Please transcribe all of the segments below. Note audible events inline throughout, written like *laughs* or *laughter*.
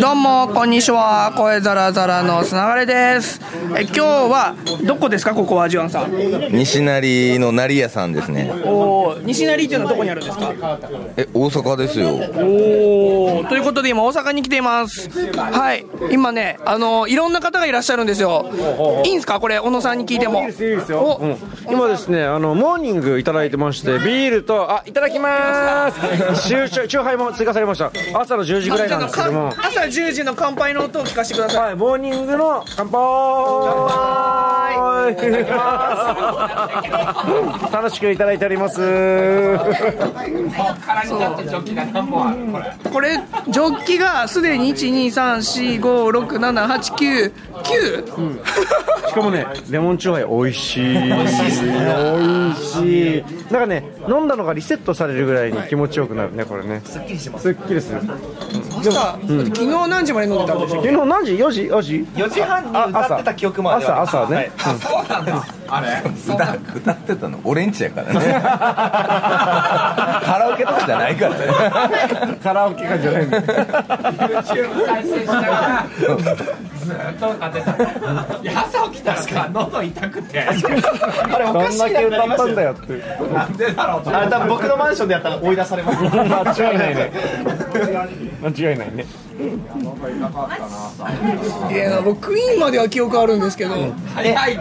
どうもこんにちは声ザラザラのつながれですえ今日はどこですかここはジュアンさん西成の成屋さんですねおー西成っていうのはどこにあるんですかえ大阪ですよおーということで今大阪に来ていますはい今ねあのいろんな方がいらっしゃるんですよいいんすかこれ小野さんに聞いてもお今ですねあのモーニングいただいてましてビールとあいただきまー *laughs* すチューチューチューハイも追加されました朝の10時ぐらいなんですけども朝10時の乾杯の音を聞かせてくださいはいモーニングの乾杯楽しくいただいておりますこれジョッキがすでに123456789 *laughs* 9しかもねレモンチューハイ美味しい美味しいなんかね飲んだのがリセットされるぐらいに気持ちよくなるねこれねすっきりしますすっきりする朝、昨日何時まで飲んでたんでしょ昨日何時4時4時4時半に歌ってた記憶もある朝朝ね、歌歌ってたの俺んちやからね *laughs* カラオケとかじゃないからねカラオケがじゃないんだ再生しながらずーっと歌ってたいや朝起きたらさ喉痛くてあれおどんかしいだなけくな歌りっまたしたんよだよってなんでだろうとあれ多分僕のマンションでやったら追い出されます間違いないね間違いないねいや6位までは記憶あるんですけど、早いねはい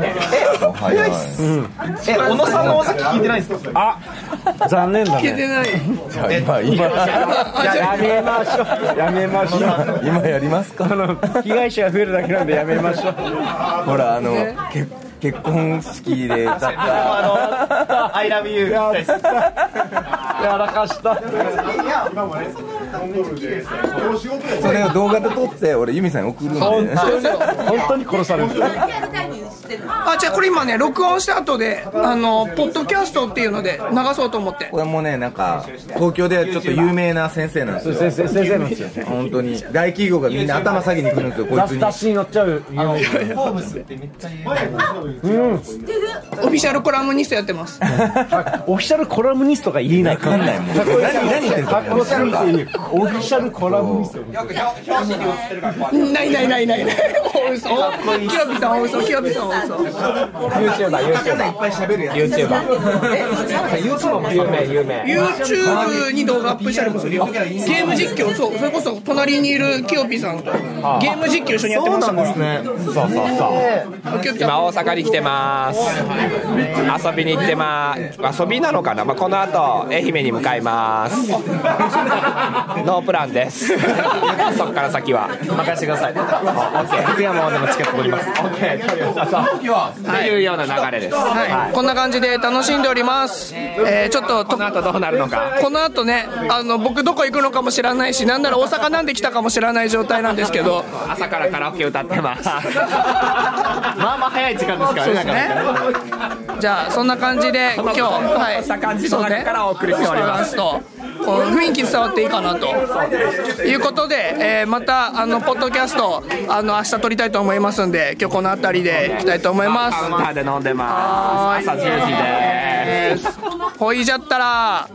はいえ小野さんのお席聞いてないんですかあ残念だ聞けてねないじゃあ今今やめましょうやめましょう今やりますあかの被害者が増えるだけなんでやめましょうほらあのけ結婚式で歌ったあの「ILOVEYOU」やったやらかしたそれを動画で撮って俺由美さんに送るんで本当に殺されるあじゃあこれ今ね録音した後であのポッドキャストっていうので流そうと思ってこれもねなんか東京ではちょっと有名な先生なんですよ先生先生のですよね本当に大企業がみんな頭下げに来るんですよこいつに雑誌に載っちゃうホームスってめっちゃ有オ名フィシャルコラムニストやってますオフィシャルコラムニストが言えないかわかんないもん何何言ってんのかっこすぎて言うオフィシャルコラムニストないないないないない大嘘キラピさん大嘘キラピさん大嘘いっぱい喋るやつ YouTube に動画アップしたりもするよゲーム実況そうそれこそ隣にいるキヨピさんとゲーム実況一緒にやってましたからキヨピさん今大阪に来てます遊びに行ってます遊びなのかな、まあ、この後愛媛に向かいますノープランですそっから先は任せてください僕はもうでもチケット取りますというような流れです、はい、こんな感じで楽しんでおります、えーちょっとこの後どうなるのかこの後ねあの僕どこ行くのかも知らないしなんなら大阪なんで来たかも知らない状態なんですけど *laughs* 朝からカラオケ歌ってますまあまあ早い時間ですからねだからねじゃあそんな感じで今日はいした感じの中からお送りしておりますそうねそうしますとこう雰囲気伝わっていいかなということで、えーまたあのポッドキャストあの明日撮りたいと思いますんで今日この辺りでいきたいと思いますカウンターで飲んでます朝10時ですほいじゃったら